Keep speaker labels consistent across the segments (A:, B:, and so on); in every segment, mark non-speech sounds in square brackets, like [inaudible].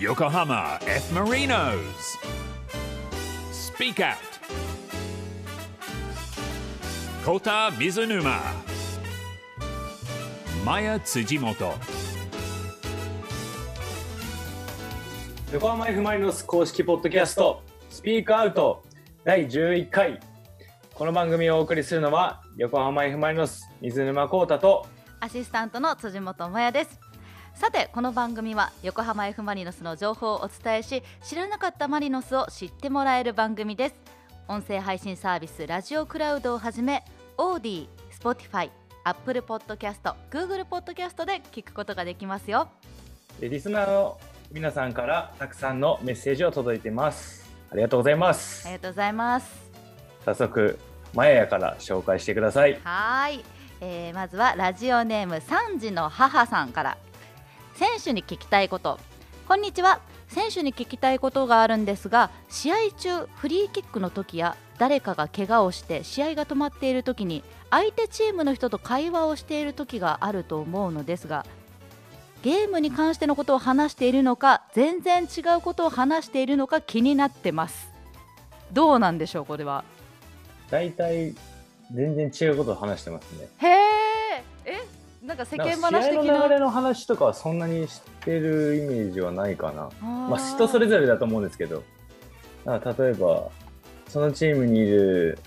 A: Yokohama F. Marinos. Speak Out. Kota Mizunuma. Maya Tsujimoto.
B: 横浜 F ・マリノス公式ポッドキャストスピークアウト第11回この番組をお送りするのは横浜 F ・マリノス水沼浩太と
C: アシスタントの辻本真也です。さてこの番組は横浜 F ・マリノスの情報をお伝えし知らなかったマリノスを知ってもらえる番組です音声配信サービスラジオクラウドをはじめオーディ、スポティファイ、アップルポッドキャスト、グーグルポッドキャストで聞くことができますよ
B: えリスナーの皆さんからたくさんのメッセージを届いてますありがとうございます
C: ありがとうございます
B: 早速マヤヤから紹介してください
C: はーい、えーまずはラジオネーム三時の母さんから選手に聞きたいことこんにちは選手に聞きたいことがあるんですが試合中フリーキックの時や誰かが怪我をして試合が止まっている時に相手チームの人と会話をしている時があると思うのですがゲームに関してのことを話しているのか全然違うことを話しているのか気になってますどうなんでしょうこれは
B: 大体全然違うことを話してますね
C: へええなんか世間
B: なんか
C: 話
B: 試合
C: 的
B: の
C: な
B: 流れの話とかはそんなに知ってるイメージはないかなま
C: ま
B: あ、人それぞれだと思うんですけど、なんか例えば、そのチームにいる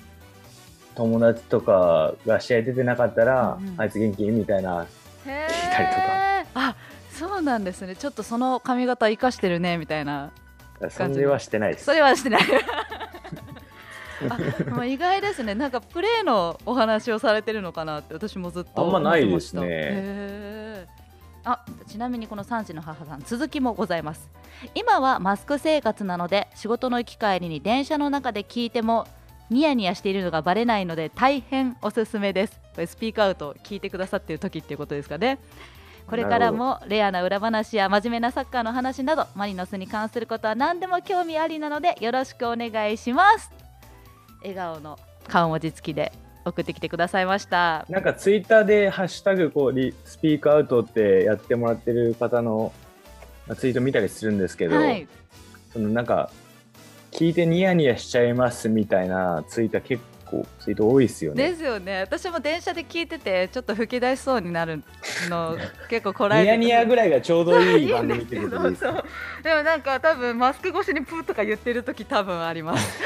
B: 友達とかが試合出てなかったら、
C: うんうん
B: あいつ元気みたいな、
C: 聞
B: 聞いたりと
C: あそうなんですねちょっとその髪型生かしてるねみたいな
B: それはしてないです
C: そ。れはしてないあもう意外ですねなんかプレーのお話をされてるのかなって私もずっと
B: あんまないですね
C: 思ってましたへーあちなみにこの3時の母さん続きもございます今はマスク生活なので仕事の行き帰りに電車の中で聞いてもニヤニヤしているのがバレないので大変おすすめですこれスピークアウト聞いてくださっている時っていうことですかねこれからもレアな裏話や真面目なサッカーの話などマリノスに関することは何でも興味ありなのでよろしくお願いします笑顔の顔文字付きで送ってきてくださいました
B: なんかツイッターで「ハッシュタグこうリスピークアウト」ってやってもらってる方のまあツイート見たりするんですけど、
C: はい
B: そのなんか聞いてニヤニヤしちゃいますみたいなツイート結構ツイート多いですよね。
C: ですよね私も電車で聞いててちょっと吹き出しそうになるの結構こらえ
B: ニ
C: て
B: ヤニヤぐらいがちょうどいい
C: いいん
B: 番
C: で
B: 組っ
C: す
B: て
C: け
B: こと
C: ど
B: でいいです
C: [laughs] そうでもなんか多分マスク越しにプーとか言ってる時多分あります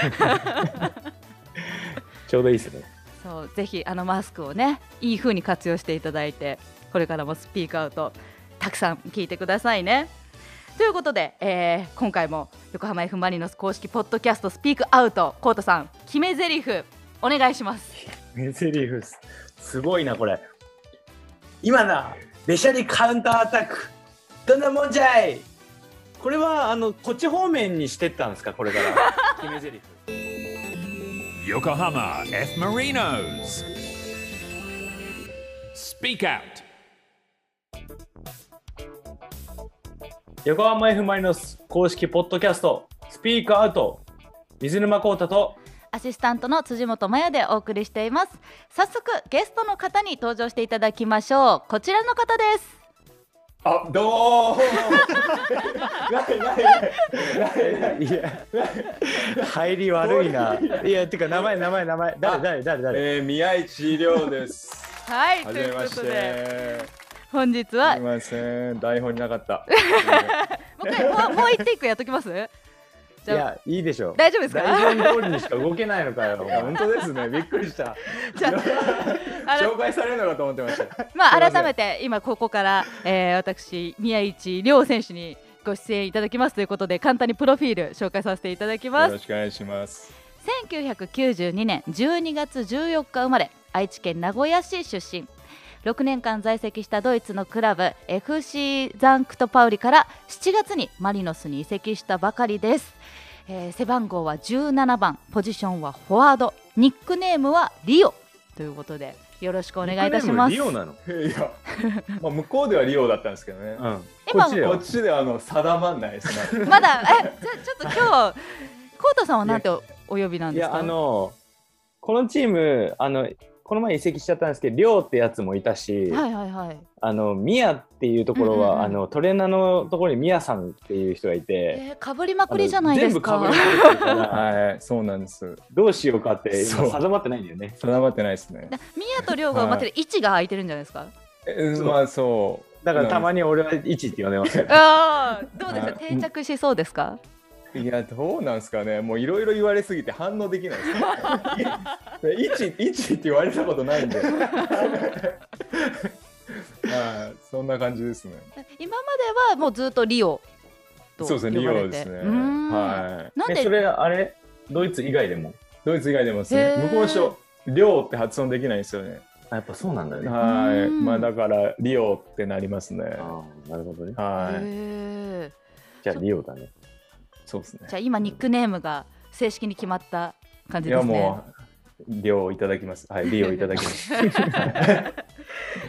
B: ちょうどいいですね。
C: そうぜひあのマスクをねいい風に活用していただいてこれからもスピークアウトたくさん聞いてくださいねということで、えー今回も横浜 F ・マリノス公式ポッドキャストスピークアウトコウタさん決め台詞お願いします
B: 名セリフすすごいなこれ今だべしゃりカウンターアタックどんなもんじゃいこれはあのこっち方面にしてったんですかこれから決めゼリフ
A: Yokohama F. Marinos. Speak Out.
B: 横浜 F ・マリノス公式ポッドキャストスピークアウト水沼浩太と
C: アシスタントの辻本真也でお送りしています早速ゲストの方に登場していただきましょうこちらの方です
B: あどうもないないない
D: いや、入り悪いな。いや、てか、名前、名前、名前、誰、誰、誰、誰。
E: えー、宮市亮です。
C: はい
E: はじめまして。す
C: 本日はいも
E: ません、台本になかった。
C: う一回もうもう一テイクやっときます [laughs]
D: い
C: じゃあ
D: や、いいでしょう。
C: 大丈夫ですか
B: 台本通りにしか動けないのかよ
E: いや本当ですね、びっくりした。
C: じゃあの
E: 紹介されるのかと思ってました。
C: まあ
E: すいません
C: 改めて今ここから、えー、私宮市亮選手にご出演いただきますということで簡単にプロフィール紹介させていただきま
E: よ
C: す
E: ろしくお願いします。
C: 1992年12月14日生まれ愛知県名古屋市出身6年間在籍したドイツのクラブ FC ザンクトパウリから7月にマリノスに移籍したばかりです、えー背番号は17番ポジションはフォワードニックネームはリオということでよろしくお願いいたします
B: ニックネームリオなの
E: いや、まあ、向こうではリオだったんですけどね。
B: うんこ
C: 今
B: っちだ
E: こ
B: よ
E: っちではあの定まんないですね。
C: まだえじゃあちょっと今日コウタさんはなんておお呼びなん
B: い
C: ですか
B: やあのこのチームあのここの前移籍しちゃったんですけど亮ってやつもいたし、
C: はいはいはい。
B: あのミヤっていうところ
C: うんうんう
B: は、
C: ん
B: あのトレーナーのところにミヤさんっていう人がいて、
C: えー、かぶりまくりじゃないです
B: あ
C: か
B: の。全部被りまくってるから
F: はい、そうなんです。
B: どうしようかって
F: そ
B: 今
F: う
B: 定まってないんだよね。
F: 定まってないですね。
C: だ宮と亮が埋まってる位置が空いてるんじゃないですか。
F: えまあそう。
G: だからたま
F: に。
G: に俺は1って呼んでますよ。
C: ああ、どうですか。
F: はい
C: 定着しそうですか。
F: いや、どうなんですかね。もういろいろ言われすぎて反応できないですね。いち、いちって言われたことないんで。はい、そんな感じですね。
C: 今まではもうずっとリオと
F: そ
C: 呼ばれて。
F: うですね、リオですね。
C: うーん
F: はい。
C: なん
B: えそ
C: で
B: れあれドイツ以外でも
F: ドイツ以外でもです
C: へ
F: ね、
C: ー
F: 向こうの人、リョウって発音できないんですよね。
B: あやっぱそうなんだね。
F: は
C: う
F: い。
C: ん
F: まあだから、リオってなりますね。
B: あーなるほどね。
F: はい。
C: へー
B: じゃあリオだね。
F: そうですね
C: じ。ゃあ今ニックネームが正式に決まった感
F: い
C: じで
F: や
C: すね。
F: もう、リョウいただきます。はい、リオいただきます。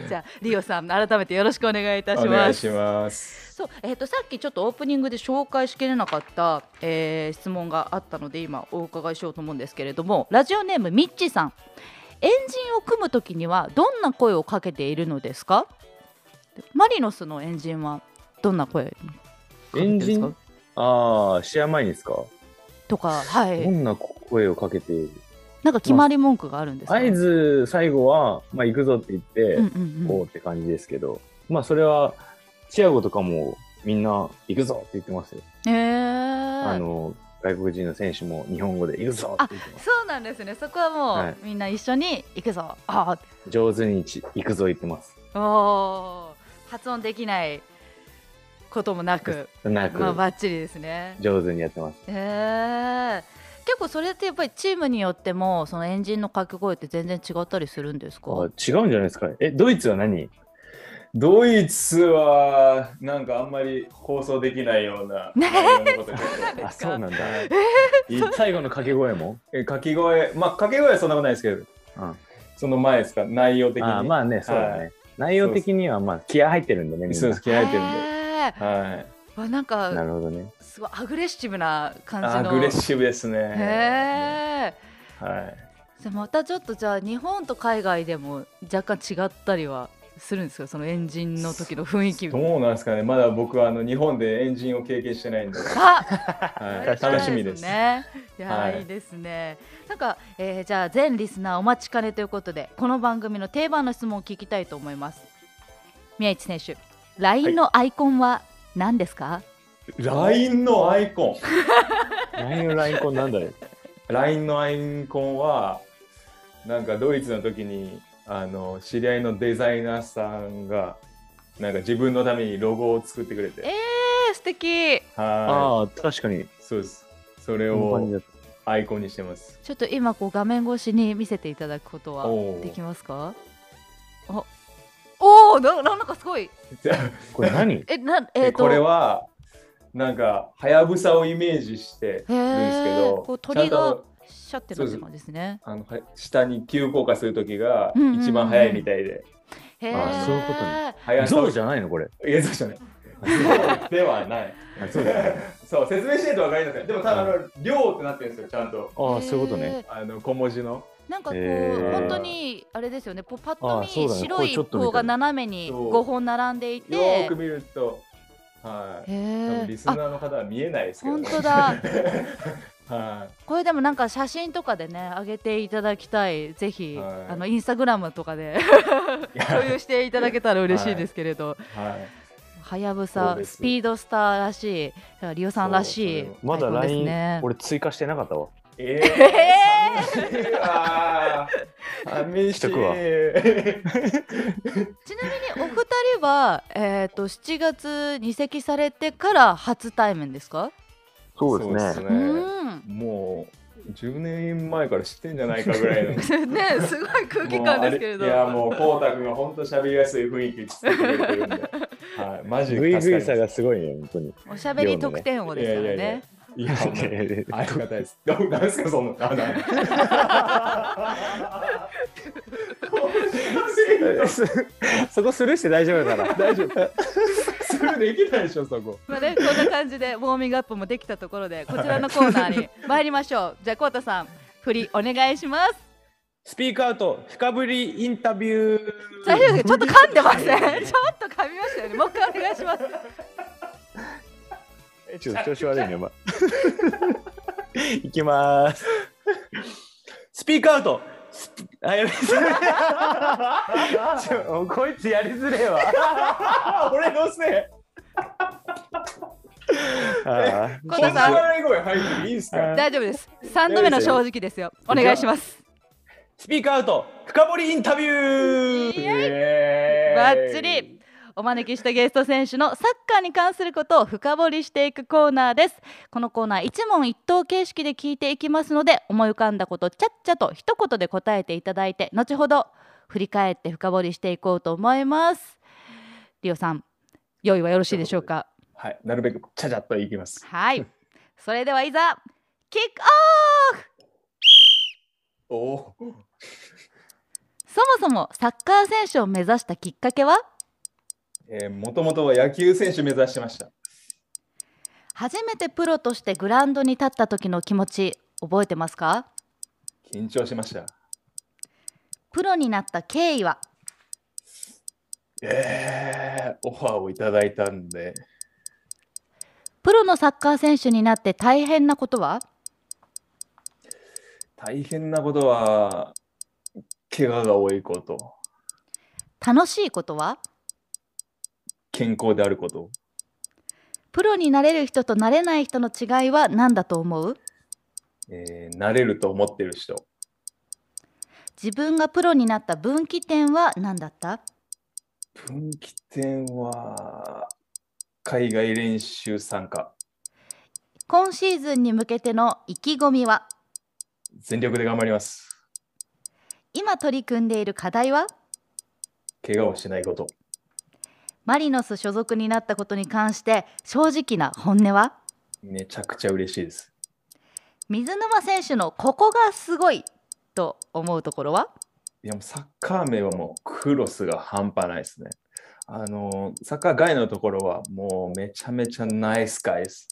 C: じゃあリオさん改めてよろしくお願いいたし
F: お願
C: ま
F: いし
C: す。
F: ます。
C: そうえっ、とさっきちょっとオープニングで紹介しきれなかった、えー質問があったので今お伺いしようと思うんですけれどもラジオネームミッチーさんエンジンを組む時にはどんな声をかけているのですかマリノスのエンジンはどんな声かけてるんです
B: エ
C: か
B: ンジああ試合前にですか。
C: とかは
B: ど
C: い
B: んな声をかけている。
C: なんか決まり文句があるんですか、
B: 合図最後はまあ行くぞって言って。
C: うんうんうん
B: おーって感じですけど、まあそれはチアゴとかもみんな行くぞって言ってますよ。
C: へ
B: あ
C: ー
B: の外国人の選手も日本語で行くぞって言ってます。
C: そうなんですねそこはもう、
B: はい
C: みんな一緒に行くぞあー
B: 上手にち行くぞ言ってます。
C: おー発音できないこともなく、
B: なく、
C: まあ、バッチリですね。
B: 上手にやってます。
C: えー、結構それってやっぱりチームによってもそのエンジンの掛け声って全然違ったりするんです
B: あ
C: か
B: 違うんじゃないですか。えドイツは何？
F: ドイツはなんかあんまり放送できないような
C: [laughs] ね
F: 内容のことで
B: あそうなんだ。
F: いい
B: 最後の掛け声も？
F: え掛け声まあ掛け声はそんなことないですけど
B: うん。
F: その前ですか内容的に
B: あまあねそうだね。
F: は
B: 内容的にはまあ気合入ってるんだねみん
F: そう
B: な
F: です。気合入ってるんで
C: えー
F: はい
C: わな
B: な
C: んか
B: るほどね。
C: すごいアグレッシブな感じの
F: アグレッシブですね
C: へえ
F: はい
C: じゃあまたちょっとじゃあ日本と海外でも若干違ったりはするんですかそのエンジンの時の雰囲気
F: どうなんですかねまだ僕はあの日本でエンジンを経験してないんで、
C: あ
F: はい
C: 楽しみ
F: 楽しみです
C: ね。いや、
F: はい
C: い、いですね。なんか、えーじゃあ全リスナーお待ちかねということで、この番組の定番の質問を聞きたいと思います。宮市選手、LINE のアイコンは何ですか？
F: LINE のアイコ
B: LINE の LINE コンなんだろう。
F: ン LINE のアイコンはなんかドイツの時にあの知り合いのデザイナーさんがなんか自分のためにロゴを作ってくれて
C: ええー、素敵。
F: は
B: ああ確かに
F: い。そうですそれ
B: こんな感じ
F: を
B: だった
F: アイコンにしてます
C: ちょっと今こう画面越しに見せていただくことは
F: おー
C: できますか？あ、おお、ななんかすごい。
B: これ何？
C: え、なえ
F: で
C: っ、と、
F: [laughs] これはなんかはやぶさをイメージして
C: へ
F: るんですけ
C: え、
F: ど
C: こう
F: ちゃ
C: 鳥
F: ん
C: が
F: と
C: シャってなってるんですね。
F: あのは下に急降下する時が
C: うんうんうんうん
F: 一番早いみたいで
C: へ
B: あ
C: え、
B: そういうことね
F: 速さ
B: [laughs] ゾ
F: を
B: ウじゃないのこれ。
F: いやそうじゃないそうではない
B: あそうだね。
F: そう説明しないと分かりませんでもただあの「量」ってなってるんですよちゃんと
B: ああそういうことね。
F: あの小文字の
C: なんかこう、
B: えー
C: 本当にあれですよね、ぽパッと
B: あそう
C: 見、
B: だね
C: 白
B: これ
C: い
B: ちょっと見た
C: 方が斜めに
F: そう
C: 5本並んでい
F: よー
C: て
F: く、見るとはい多分
C: へ
F: リス
C: ー
F: ナ
C: あ
F: ーの方は見えないですけど
C: 本
F: ね
C: 当だ、
F: [laughs] は
C: これでもなんか写真とかでね、上げていただきたい、ぜひ、
F: はい
C: あのインスタグラムとかで
F: [laughs] い
C: 共有していただけたら嬉しいですけれど、
F: はい
C: はやぶ
F: そ
C: さ
F: う、です
C: スピードスターらしい、だからリオさんらしい
F: そう、
B: まだ
C: アイコンです
B: LINE、
C: ね
B: 俺追加してなかったわ。
F: え
C: え
F: ー、 [laughs] あー
B: しとくわ
F: [laughs] 寂しい
C: ちなみにお二人は、えー、と7月に移籍されてから初対面ですか、
B: そうですね。
F: ね
C: うん
F: もう10年前から知ってんじゃないかぐらいの
C: [laughs] ねすごい空気感ですけれど
F: もうあいやもうこうたくんが本当喋りやすい雰囲気にしてくれてるんで、はい、マジ
B: グイ
F: で
B: グ
F: 助か
B: イさ
F: りま
B: がすごいね、本当に。
C: おしゃべり特典王ですから
F: いやいやい
C: ね
F: や。すいやもうありがたいです。どうなんですかそのあなん
G: そこスルーして大丈夫だから。
F: 大丈夫。それできないでしょそこ。
C: まあね、こんな感じでウォーミングアップもできたところでこちらのコーナーに参りましょう。じゃあコウタさん振りお願いします。
B: スピークアウト深ぶりインタビュー
C: 大丈夫 [laughs] ですちょっと噛んでませんちょっと噛みましたよねもう一回お願いします
B: えちょっと調子悪いね、 [laughs] まあ、いきます。
H: スピークアウト
B: あ、やべちょもうこいつやりづれえわ。
F: 俺のせい
B: あー
C: 小田さん
F: 笑い声入っていいんすか
C: 大丈夫です三度目の正直ですよお願いします
H: スピークアウト深掘りインタビュー
C: イエイバ
F: バ
C: ッチリお招きしたゲスト選手のサッカーに関することを深掘りしていくコーナーですこのコーナー一問一答形式で聞いていきますので思い浮かんだことちゃっちゃと一言で答えていただいて後ほど振り返って深掘りしていこうと思いますリオさん用意はよろしいでしょうか
F: はい、なるべくちゃちゃっといきます。
C: はいそれではいざキックオフ
F: おお、
C: そもそもサッカー選手を目指したきっかけは
F: えー、もともとは野球選手目指してました。
C: 初めてプロとしてグラウンドに立った時の気持ち覚えてますか
F: 緊張しました。
C: プロになった経緯は
F: えー、オファーをいただいたんで、
C: プロのサッカー選手になって大変なことは
F: 大変なことは、怪我が多いこと、
C: 楽しいことは
F: 健康であること、
C: プロになれる人となれない人の違いは何だと思う
F: えー、慣れると思ってる人、
C: 自分がプロになった分岐点は何だった
F: 分岐点は、海外練習参加、
C: 今シーズンに向けての意気込みは
F: 全力で頑張ります。
C: 今取り組んでいる課題は
F: 怪我をしないこと、
C: マリノス所属になったことに関して正直な本音は
F: めちゃくちゃ嬉しいです。
C: 水沼選手のここがすごいと思うところはい
F: やもうサッカー名はもうクロスが半端ないですね。あのーサッカー外のところはもうめちゃめちゃナイスガイです。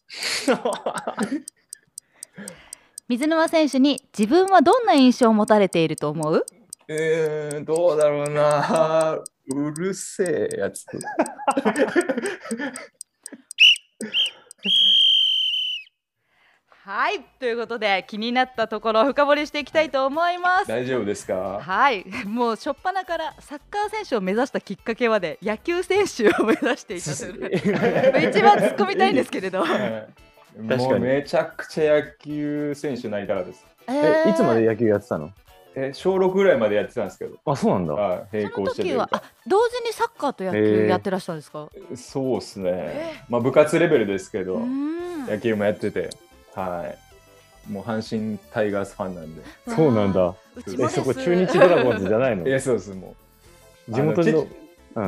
C: 水沼選手に自分はどんな印象を持たれていると思う
F: えー、どうだろうな。うるせえやつ。
C: はいということで気になったところを深掘りしていきたいと思います。
F: 大丈夫ですか
C: はいもう初っ端からサッカー選手を目指したきっかけまで野球選手を目指していたという一番突っ込みたいんですけれど、
F: 確かに。もうめちゃくちゃ野球選手になりたかったです。
B: え、いつまで
C: や
B: 野球やってたの
F: え小6ぐらいまでやってたんですけど、
B: あ、そうなんだ。
F: はい、並
C: その
F: 行してとい
C: 時
F: う
C: はあ
F: か
C: 同時にサッカーと野球やってらっしゃるんですか、
F: そうですね。まあ部活レベルですけ
C: う
F: ど、
C: ーん
F: 野球もやってて、はい。もう阪神タイガースファンなんで。
B: そうなんだ。
C: うちも
B: え、
C: です
B: そこ中日ドラゴンズじゃないの
F: いや、そうです、もう。
B: 地元
F: あ
B: の
F: の。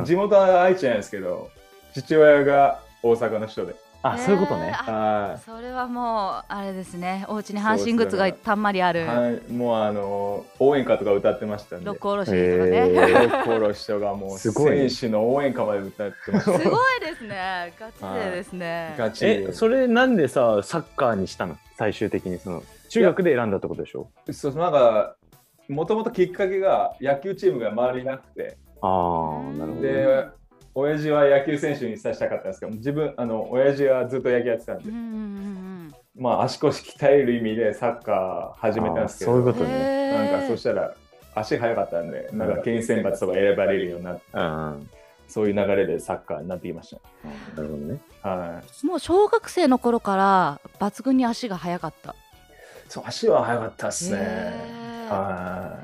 B: うん
F: 地元は愛知なんですけど父親が大阪の人で
B: あ、そういうことね
C: え。ーあ
F: は
C: それはもうあれですねお家に阪神グッズがたんまりあ
F: い、
C: る
F: はい、もうあの応援歌とか歌ってましたんで
C: 六
F: 六
C: 甲おろしとかね、
B: えー
F: 甲の人がもう
B: すごいね
F: 選手の応援歌まで歌ってまし
C: [laughs]
F: た
C: すごいですねガチ勢ですね、
F: ガチ
B: え
F: で、
B: それなんでさ、サッカーにしたの最終的にその、中学で選んだってことでしょ
F: そうなんかもともときっかけが野球チームが周りになくて
B: ああ、なるほどね。
F: で親父は野球選手にさせたかったんですけど自分あの親父はずっと野球やってたんで
C: うん、うん
F: まあ足腰鍛える意味でサッカー始めたんですけど
B: あーそういうこ
C: うんうん
B: とね
F: なん
C: へ
F: かそ
C: ー
F: したら足速かったんで、なんか県選抜とか選ばれるようになって、
B: うん。な
F: そういう流れでサッカーになってきまし
B: るほどね。
F: た。はい。
C: もう小学生の頃から抜群に足が速かった
F: そう、足は速かったですね。
C: へー
F: は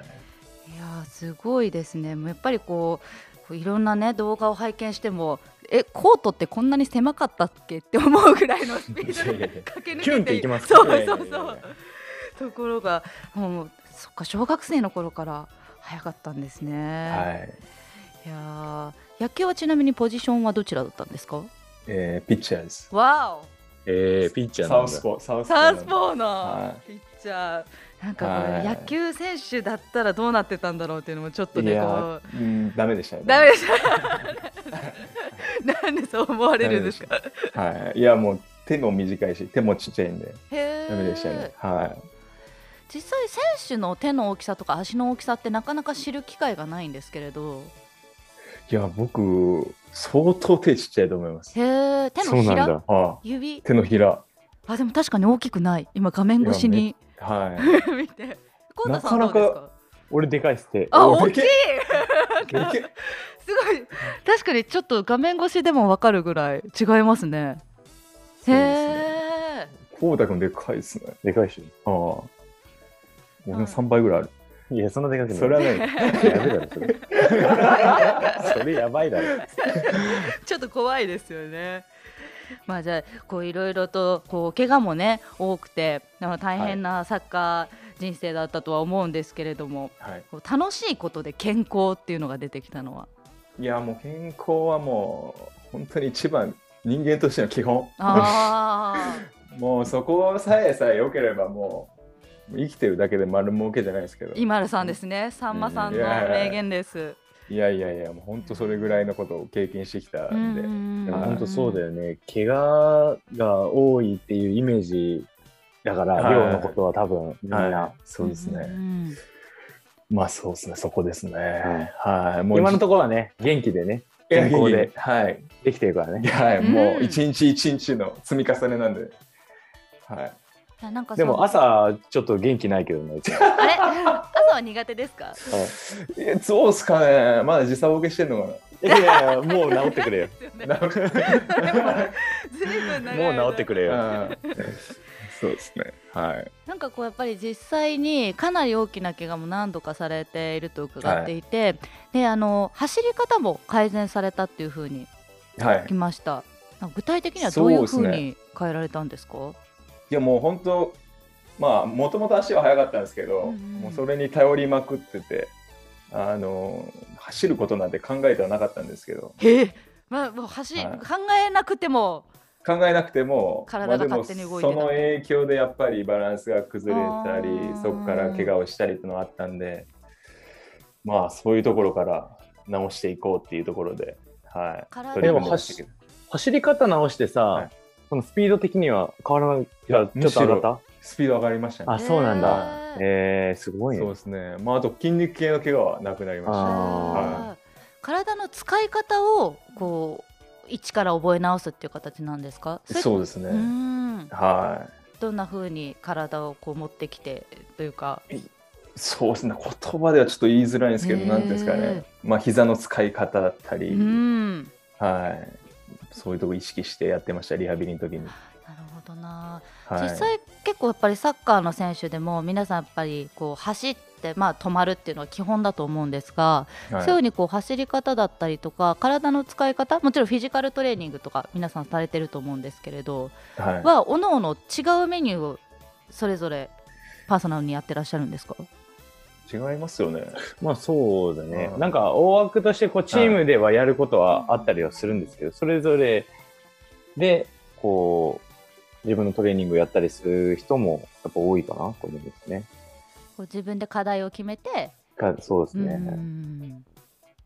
F: い
C: やーすごいですねもうやっぱりこうこういろんなね動画を拝見してもえコートってこんなに狭かったっけって思うぐらいのスピード
F: いや
C: で
F: いや
C: 駆け抜けて
B: キュンっていきます
C: そう
F: いやいやい
C: そ
F: や
C: うそうところがもうそっか小学生の頃から速かったんですね、
F: い。は
C: い、
F: い。
C: やー野球はちなみにポジションはどちらだったんですか
F: えー、ピッチャーです。
C: わお
B: えー、ピッチャー
F: サ
B: なん
F: ウ
B: だ。
F: スポー、サウス
C: サ
F: ポーなん
C: ウ
F: で。
C: スポーの
F: は
C: ピッチャー、なんかこれ
F: はい
C: 野球選手だったらどうなってたんだろうっていうのもちょっと
F: い
C: ね
F: や
C: こ
F: ー、うん、ダメでしたね
C: う。ダメでした [laughs] なんでそう思われるんですか
F: はい。いや、もう手も短いし、手もちっちゃいんで、
C: へー
F: ダメでしたね。はい。
C: 実際選手の手の大きさとか足の大きさってなかなか知る機会がないんですけれど
F: いや、僕、相当手ちっちゃいと思います。
C: へえ手
F: そう
C: のひ
F: なん
C: ら
F: だ。は
C: 指
F: い。手のひら。
C: あでも確かに大きくない今画面越しに
F: はい。
C: [laughs] 見てコウタさんどうですか
F: なか
B: 俺でかいっすって。
C: あ
F: お
C: 大
F: で
C: き
F: け
C: い
F: え [laughs]
C: なんかすごい確かにちょっと画面越しでもわかるぐらい違いますね
F: そうですね
C: へえ
F: こうたくんでかいですね。
B: でかいっし
F: ああ。俺の3倍ぐらいある。
B: ょ。いや、そんなでかくない。
F: それはない。
B: やべえだろ、それ。それやばいだろ。
C: ちょっと怖いですよね。まあじゃあこういろいろとこう怪我もね多くてあの大変なサッカー人生だったとは思うんですけれども、
F: はい、
C: こう楽しいことで健康っていうのが出てきたのはい
F: やもう健康はもう本当に一番人間としての基本
C: あ
F: [laughs] もうそこさえさえ良ければもう生きてるだけで丸儲けじゃないですけど
C: ー今原さんですねさんまさんの
F: うんいや
C: 名言です。
F: いやいやいやもう本当それぐらいのことを経験してきたんで、
C: ん
B: でも
F: はい
B: 本当そうだよね。怪我が多いっていうイメージだから、
F: はい
B: 量のことは多分みんな
F: は。い、そうですね、
C: うんうん
F: まあそうですねそこですね、はいもう
B: 今のところはね、元気でね、健
F: 健
B: 康
F: 康で
B: で
F: はい、
B: できてるからね。
F: はいも
C: うん
F: う一日一日の積み重ねなんではい
C: あなんかさ
B: でも朝、ちょっと元気ないけど
C: [laughs]
B: ね、うちは
C: あれ朝は苦手です
B: [laughs]
C: か？
F: えそうっすかねまだ時差ボケしてんのか
B: いやいや、もう治ってくれよ。
C: ですよね [laughs]
F: ななんか
C: それもずいぶん長い
B: もう
C: 間
B: 治ってくれよ。
F: うんそうですねはい
C: なんかこうやっぱり実際にかなり大きな怪我も何度かされていると伺っていて、であの走り方も改善されたっていうふうに
F: はい
C: 聞きましたなんか具体的にはどういうふうに変えられたんですか [laughs]
F: いやもう本当まあもともと足は速かったんですけど、
C: うんうん
F: もうそれに頼りまくっててあの走ることなんて考えてはなかったんですけど
C: へえまあもう走、
F: はい
C: 考えなくても
F: 考えなくても
C: 体が
F: まあ
C: 勝手に
F: で
C: 動
F: も
C: いてた
F: その影響でやっぱりバランスが崩れたり
C: あー
F: そこから怪我をしたりってのがあったんでまあそういうところから直していこうっていうところで。はい、
C: 体
F: 取り組ん
B: でも
F: ましたけど
B: 走り方直して
F: は
B: さ
F: い、
B: そのスピード的には変わらない
F: いや
B: ちょっと上がった
F: スピード上がりましたね
B: あ、そうなんだ。
C: へえ
B: えー、すごい
F: そう
B: ね。
F: ですねまああと筋肉系の怪我はなくなりました
B: あー
C: あー体の使い方をこう一から覚え直すっていう形なんですかれ
F: そうですね、
C: うーん
F: はい
C: どんな風に体をこう持ってきてというか
F: そうですね言葉ではちょっと言いづらいんですけ
C: へ
F: ど
C: ー
F: なんていうんですかねまあ膝の使い方だったり、
C: うん
F: はいそういうとこ意識してやってましたリハビリの時に、
C: なるほどな、
F: はい、
C: 実際結構やっぱりサッカーの選手でも皆さんやっぱりこう走ってまあ止まるっていうのは基本だと思うんですが、そう
F: はい
C: いうふうにこう走り方だったりとか体の使い方もちろんフィジカルトレーニングとか皆さんされてると思うんですけれど、
F: はい
C: はおのおの違うメニューをそれぞれパーソナルにやってらっしゃるんですか
F: 違いますよね
B: まあそうだね
F: う。ん
B: なんか大枠としてこうチームではやることはあったりはするんですけど、それぞれでこう自分のトレーニングをやったりする人もやっぱ多いかなと思うんですね。
C: こう自分で課題を決めて、
B: かそうです
C: う
B: ね。
C: ん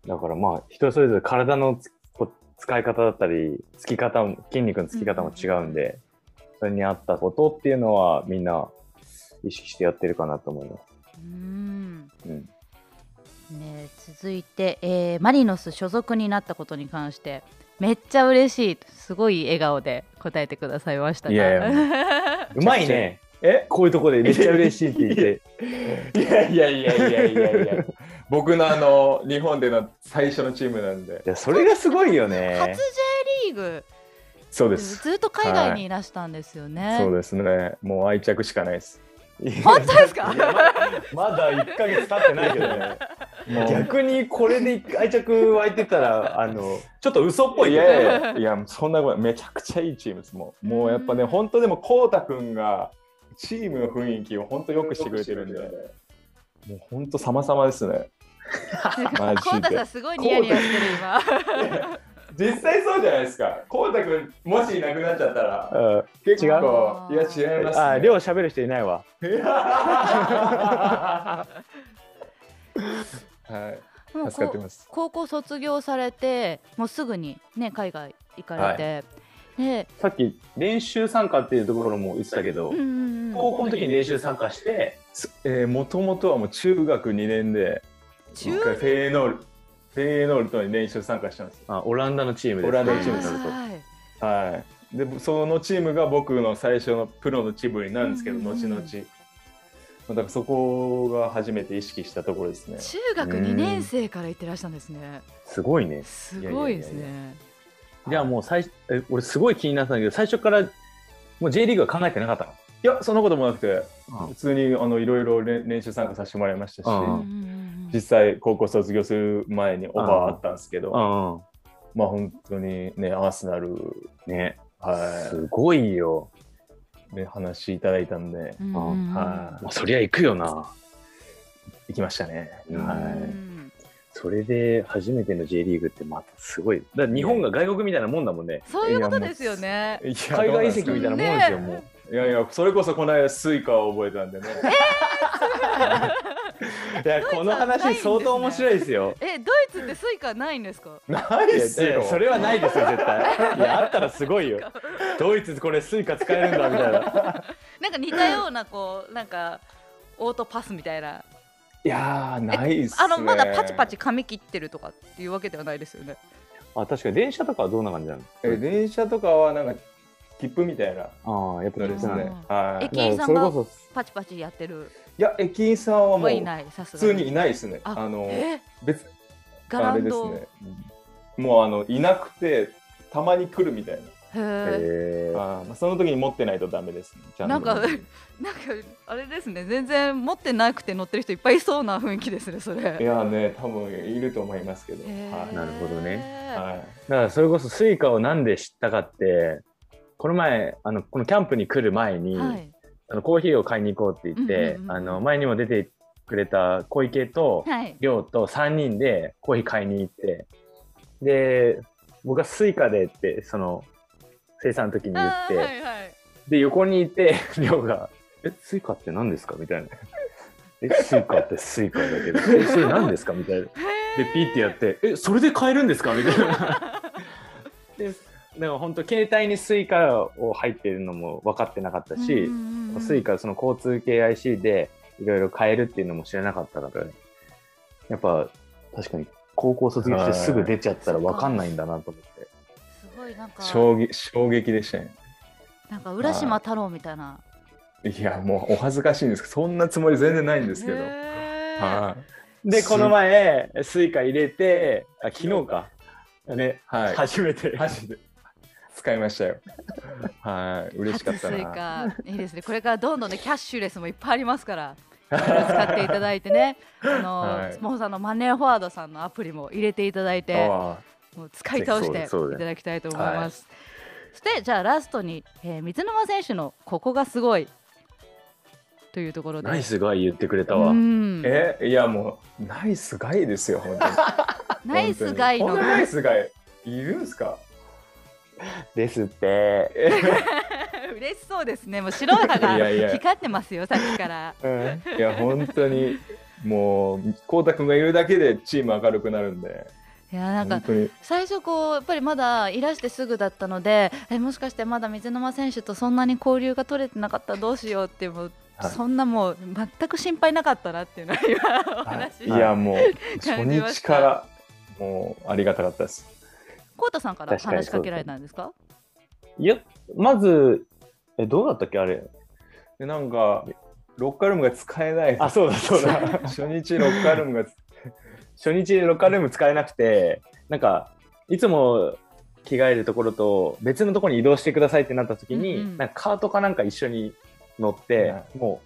B: だからまあ人それぞれ体のつこ使い方だったり、つき方も、筋肉のつき方も違うんで、それに合ったことっていうのはみんな意識してやってるかなと思います。
C: うん
B: うん。
C: ね、続いて、えーマリノス所属になったことに関してめっちゃ嬉しいすごい笑顔で答えてくださいましたが
F: い
C: [laughs]
F: やい
B: うまいね。
F: え
B: こういうとこでめっちゃ嬉しいって言って。
F: [laughs] いやいや [laughs] いやいやいやいや僕のあの日本での最初のチームなんで
B: いや、それがすごいよ
C: 初
B: ね。
C: J リーグ
F: そうです
C: ずっと海外にいらしたんですよね、
F: そうですねもう愛着しかないです
C: 本当ですか
B: まだ1ヶ月経ってないけど
F: [laughs]
B: ね。
F: もう
B: 逆にこれで愛着湧いてたら、あの、ちょっと嘘っぽい
F: い
B: けど
F: やいやいや、いやそんなことないめちゃくちゃいいチームです。もう、もうやっぱね、本当でも、こうたくんが。チームの雰囲気を本当よくしてくれてるんで。もう本当様々ですね。
C: [laughs]
F: マ
C: コウタさ
F: ジで
C: ん。すごいニヤニヤしてる今
F: 実際そうじゃないですか。こうたくん、もしいなくなっちゃったら。
B: う
F: 結構、
C: 違う
F: いや、違いま
B: ん。
F: す、ね。
B: あ、りょう喋る人いないわ。
F: はい。
C: もう
F: 助かっ
C: こ
F: て
C: う
F: ます。
C: 高校卒業されてもうすぐにね海外行かれて、ね
B: さっき練習参加っていうところも言ってたけど、
C: うんうんうん、
H: 高校の時に練習参加して、
F: えー、もともとはもう中学2年で
C: 中
F: 一回フェーノールフェーノールとに練習参加したんですよ
B: あオランダのチームです
F: オランダ
C: は
F: のチーム
C: い
F: になると
C: はい
F: はいでそのチームが僕の最初のプロのチームになるんですけど、
C: うんうん
F: 後
C: うん
F: 々だからそこが初めて意識したところですね
C: 中学2年生から行ってらっしゃるんですね。
B: すごいね
C: すごいですね。
B: じゃあもう最初え俺すごい気になってたんだけど最初からもう J リーグは考えてなかったの
F: いやそんなこともなくて
B: うん
F: 普通にあのいろいろ練練習参加させてもらいましたし、
B: うん
C: うんうんう
F: 実
C: ん
F: 際高校卒業する前にオファーあったんですけ
B: う
F: ど、
B: ん
F: まあ本当にねアーセナル、
B: ね、
F: は
B: すごいよ、
F: い、で話いただいたんで、
C: うんうんうん
F: は
B: まあ、そりゃ行くよな
F: 行きましたね、
B: うん
F: は
C: うん
B: それで初めての J リーグってまたすごいだから日本が外国みたいなもんだもんね
C: そういうことですよね。
F: い、いや
B: 海外移籍
F: どう
B: み
F: な
B: たい
F: ん
B: な
F: で
B: もんですよ、もう
C: ね
F: すかいやいやそれこそこの間スイカを覚えたんでね、
B: いやこの話相当面白いですよ
C: え、ドイツってスイカないんですか。
F: ないっす
B: いや
F: よ
B: それはないですよ絶対い [laughs] やあったらすごいよドイツこれスイカ使えるんだみたいな
C: なんか似たようなこうなんかオートパスみたいな。
F: いやーないっすね
C: あのまだパチパチ髪切ってるとかっていうわけではないですよね。
B: [laughs] あ確かに電車とかはどんな感じなの
F: え電車とかはなんか切符みたいな
B: ああやっぱ
F: のです
C: う
F: ね
C: ん
F: はい
C: 駅員さん
B: それ
C: が
B: こ
C: パチパチやってる。
F: いや駅員さんはもう
C: はい
F: 普
C: ない。さすが
F: 通にいないですね
C: あ
F: あの
C: え、
F: 別
C: ガラ
F: あれ
C: ン
F: です
C: ド。
F: ねもうあのいなくてたまに来るみたい
C: へ
B: そ
C: ー
B: へ
F: な、
B: ー
F: あーまあ、その時に持ってないとダメですねちゃんと
C: なんか、なんかあれですね、全然持ってなくて乗ってる人いっぱいいそうな雰囲気ですね、そ
F: い
C: れ。
F: やね多分いると思いますけど、
C: へ
F: は
C: ー
F: い
B: なるほど
F: は
B: だからそれこそスイカをなんで知ったかってこの前あのこのキャンプに来る前に、
C: はい。
B: あのコーヒーを買いに行こうって言って、
C: うんうんうん
B: あの前にも出てくれた小池と
C: はい。
B: 亮と3人でコーヒー買いに行ってで僕がスイカでってその生産の時に言っ
C: あ
B: て、
C: ーはいはい。
B: で横にいて [laughs] 亮が「えスイカって何ですか?」みたいな「えスイカってスイカだけどえそれ何ですか?」みたいな。
C: へ
B: で
C: ー
B: ピッてやって「えそれで買えるんですか?」みたいな。 [laughs] ででも本当携帯にスイカを入ってるのも分かってなかったし、
C: うんうんうん
B: スイカその交通系 IC でいろいろ買えるっていうのも知らなかったから、やっぱ確かに高校卒業してすぐ出ちゃったら分かんないんだなと思って。
C: すごいなんか
F: い、、衝撃衝撃でしたね
C: なんか浦島太郎みたいな。
F: いやもうお恥ずかしいんですけどそんなつもり全然ないんですけど、
C: へー
F: はい
B: で、
F: す
B: この前、スイカ入れて、あ昨日か。ね、
F: はい
B: 初めて。
F: マジで使いましたよはい嬉しかった
C: 初スイ
F: な
C: カいいですね。これからどんどんねキャッシュレスもいっぱいあります
F: [laughs]
C: から。使っていただいてね、あの、
F: はい
C: スポンサーのマネーフォワードさんのアプリも入れていただいて、
F: あ
C: もう使い倒して
B: そうだそうだ
C: いただきたいと思います。そしてじゃあラストに、えー水沼選手のここがすごいというところ
B: [laughs]
C: で。
B: ナイスが言ってくれたわ。
C: う
B: うん
C: ん
F: ーえいやもうナイスガイですよ本当に
C: [laughs] ナイスガイの
F: 本当にナイスガイいるんすか
B: ですって。 [laughs]
F: え
C: [laughs] 嬉しそうですね。もう白い歯が
F: いやいや
C: 光ってますよさっきから。
F: いや本当にもうこうたくんがいるだけでチーム明るくなるんで
C: いやなんか
F: 本当に
C: 最初こうやっぱりまだいらしてすぐだったのでえもしかしてまだ水沼選手とそんなに交流が取れてなかったらどうしようってもう、
F: はい
C: そんなもう全く心配なかったなっていうのは今お
F: は
C: 話し
F: いいやもう初
C: 感じま
F: 日
C: した
F: からもうありがたかったです
C: コウタさんから
B: 確かに
C: 話しかけられたんですか
B: いや、まず、え、どうだったっけあれ。
F: でなんかロッカールームが使えない
B: あ、そうだそうだ。
F: 初日ロッカールームが
B: [laughs] 初日ロッカールーム使えなくてなんかいつも着替えるところと別のところに移動してくださいってなった時に、
C: うんうん
B: なんかカートかなんか一緒に乗って、
F: は
B: も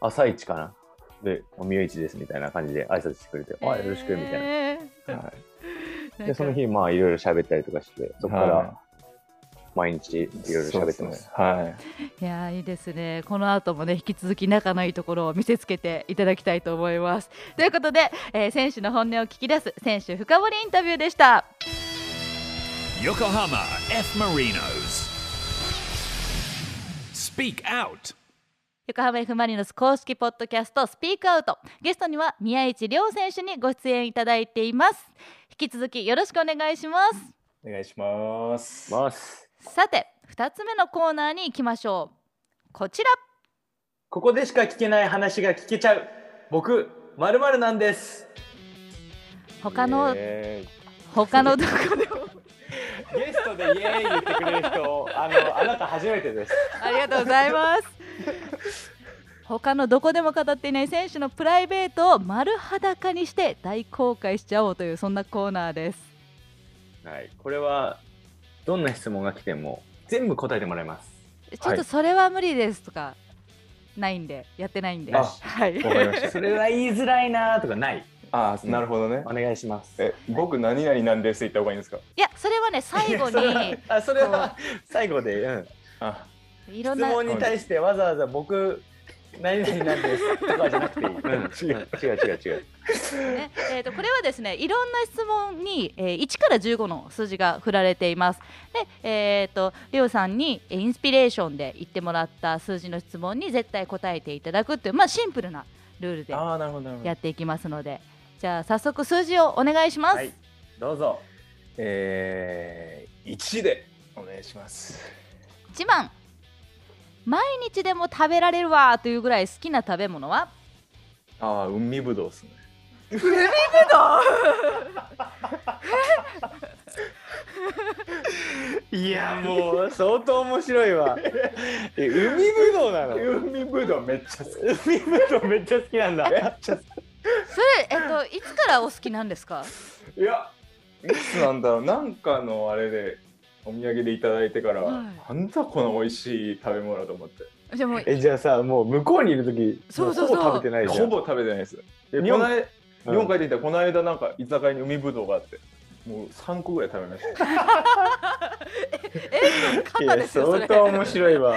B: う朝一かなで「おみよ市です」みたいな感じで挨拶してくれて「あよろしく」みたいな。
C: え [laughs] ーな
F: は
C: ん
B: で
C: か
B: その日まあいろいろ喋ったりとかしてそこか
F: は
B: ら毎日い
F: い
B: ろいろ喋って
F: そう
B: ま。
F: ですすねは
C: い
F: い
C: やーいいですねこの後もね引き続き仲のいいところを見せつけていただきたいと思いますということで、えー選手の本音を聞き出す選手深掘りインタビューでした
A: Yokohama F. Marinos. Speak Out.
C: 横浜 F ・マリノス公式ポッドキャストスピークアウトゲストには宮市亮選手にご出演いただいています引き続きよろしくお願いします
F: お願いします
B: ます
C: さて2つ目のコーナーに行きましょうこちら
H: ここでしか聞けない話が聞けちゃう僕まるなんです
C: 他の
F: イエーイ
C: 他のどこでも
B: ゲストでイエーイ言ってくれる人、あの、あなた初めてです。
C: ありがとうございます他のどこでも語っていない選手のプライベートを丸裸にして大公開しちゃおうというそんなコーナーです
H: はいこれはどんな質問が来ても全部答えてもらいます
C: ちょっとそれは無理ですとかないんでやってないんで
F: あ
C: はい
F: わかりました
H: それは言いづらいなとかない
F: あーなるほどね
H: お願いします
F: え僕何々なんですって言った方がいいんですか
C: いやそれはね最
B: [laughs]
C: 後に
H: あそれは最後で、うん、
F: あ
C: いろ
H: 質
C: んな
H: 問に対してわざわざ僕何々なんですとかじゃなくていい、
B: うん、違う違う違う違う。
C: ねえー、とこれはですねいろんな質問に、えー1から15の数字が振られていますで、えー、とリオさんにえーインスピレーションで言ってもらった数字の質問に絶対答えていただくっていう、まあ、シンプルなルールで
F: あーなるほどなるほど
C: やっていきますのでじゃあ早速数字をお願いします、
H: はいどうぞ
F: えー、1でお願いします
C: 1番毎日でも食べられるわというぐらい好きな食べ物は
F: ああ海ぶどうですね
H: いやもう相当面白い
B: [laughs]
H: わえ海ぶどうなの
F: 海ぶどうめっちゃ好き
H: 海ぶどうめっちゃ好きなんだ
C: それ、えっと、いつからお好きなんですか
F: いや、いつなんだろう、なんかのあれで、お土産でいただいてから、
C: はい
F: なんだこの美味しい食べ物だと思って。
C: じゃあもう
B: [laughs] え、じゃあさ、もう向こうにいる時、
C: そうそうそう
B: もほぼ食べてないじゃん。
F: ほぼ食べてないです。え
B: 日本
F: この間日
B: うん
F: 本帰ってきたら、この間なんか居酒屋に海ぶどうがあって、もう3個ぐらい食べました。
C: 肩ですよそれ
H: 相当面白い
C: [laughs]
H: わ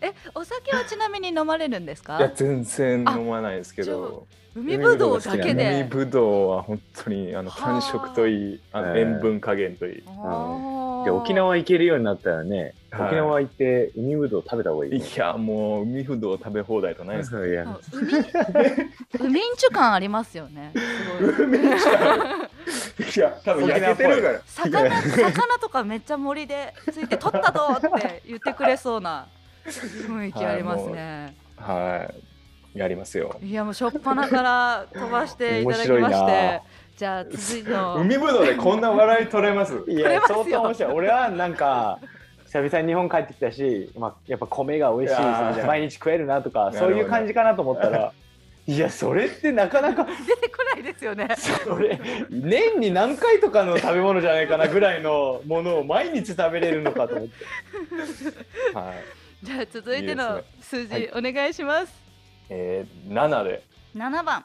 C: えお酒はちなみに飲まれるんです
F: い
C: か、
F: や全然飲まないですけど、
C: 海ぶどうだけ
F: 海
C: で
F: ぶどうは本当にあの
C: はあ
F: 感触といい、あの
B: へえ
F: 塩分加減といい。
C: あー
B: で沖縄行けるようになったらね、
F: はい
B: 沖縄行って海ぶどう食べた方がいい
F: い
B: ね。
F: や、もう海ぶどう食べ放題とないですか。
B: そういや
C: あ海海んちゅ感ありますよねすごい
F: 海ぶどう [laughs] いや、多分焼けてるから。
C: 魚 [laughs] 魚とかめっちゃ森でついて取ったぞって言ってくれそうな雰囲気ありますね、
F: はい、やりますよ。
C: い、やもうしょっぱなから飛ばしていただきまし
F: 面白い
C: て
F: な
C: じゃあ続いての
F: 海ぶどうでこんな笑い取れます。
B: い
C: 取れ
B: や
C: ますよ
B: 相当面白い。俺はなんか久々に日本帰ってきたし、まあやっぱ米が美味しい
F: いやー
B: それじゃ毎日食えるなとか
F: なるほ
B: そ
F: ど
B: ういう感じかなと思ったら、 [laughs] いやそれってなかなか
C: 出てこないですよね
B: それ年に何回とかの食べ物じゃないかなぐらいのものを毎日食べれるのかと思って。
F: はい。
C: じゃあ続いて
F: い
C: の
F: いで
C: 数字
F: はい
C: お願いします
F: えー、7で。
C: 7番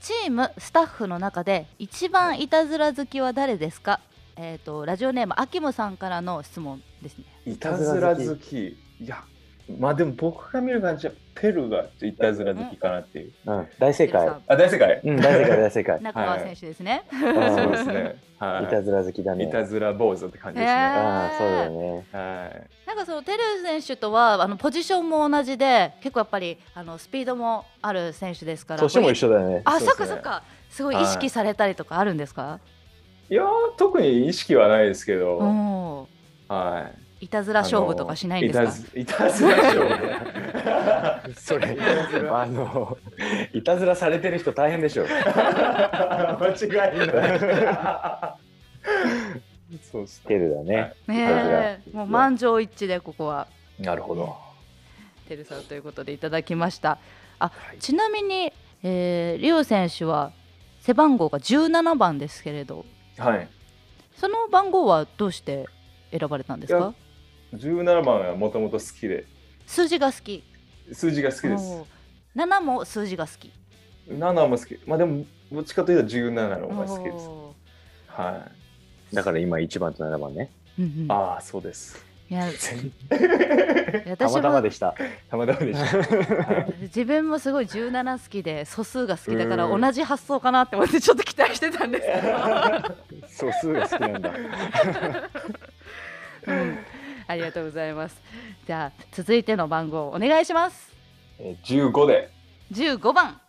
C: チームスタッフの中で一番いたずら好きは誰ですかえっ、とラジオネームアキムさんからの質問ですね
F: いたずら好き。いや、まあでも僕が見る感じはペルがいたずら好きかなっていう。
B: うん大正
C: [laughs]
B: 解。
C: さ
F: あ、大正解。
B: うん大正解大正解
C: ん。中川選手ですね、
B: うん
F: そうですね。はい
B: たずら好きだ
F: い。いた
B: ね。
F: ずら坊主って感じです
C: へ
F: ね。
B: ああそうだよね。
F: はい。
C: [laughs] なんかそのテル選手とはあのポジションも同じで結構やっぱりあのスピードもある選手ですから
B: 年も一緒だよね。
C: あ
F: そう
C: そ
F: で
C: っか
F: すね
C: そっかすごい意識されたりとかあるんですか、
F: いやー、特に意識はないですけど。
C: おお
F: はい
C: たず
F: い。
C: ら勝負とかしないんです
F: あ
C: か、
F: のいたずいたずら勝負。
B: それ、 [laughs] あの、いたずらされてる人大変でしょ。
F: 間違い [laughs] ない。そうです
B: テルだね。
C: ねえもう満場一致でここは
F: なるほど。
C: てるさんということでいただきました。あ、ちなみに、えー、リオ選手は背番号が17番ですけれど、
F: はい。
C: その番号はどうして選ばれたんです
F: い
C: か
F: や？17番はもともと好きで、
C: 数字が好き。
F: 数字が好きです
C: お。ー7も数字が好き。
F: 7も好き。まあでも、どっちかというと17の方が好きです。
C: お
F: はい。
B: だから今1番と7番ね。
C: ーうんうん
F: ああ、そうです。
C: いや
B: た
C: 私
B: またま
C: も
B: でした。
F: たまたまでした。はい
C: 自分もすごい17好きで素数が好きだから
F: うん
C: 同じ発想かなって思ってちょっと期待してたんですけど。
B: 素数が好き
C: [laughs]
B: なんだ。
F: [laughs]
C: うんありがとうございます。じゃあ続いての番号お願いします。
F: えー15で、
C: 15番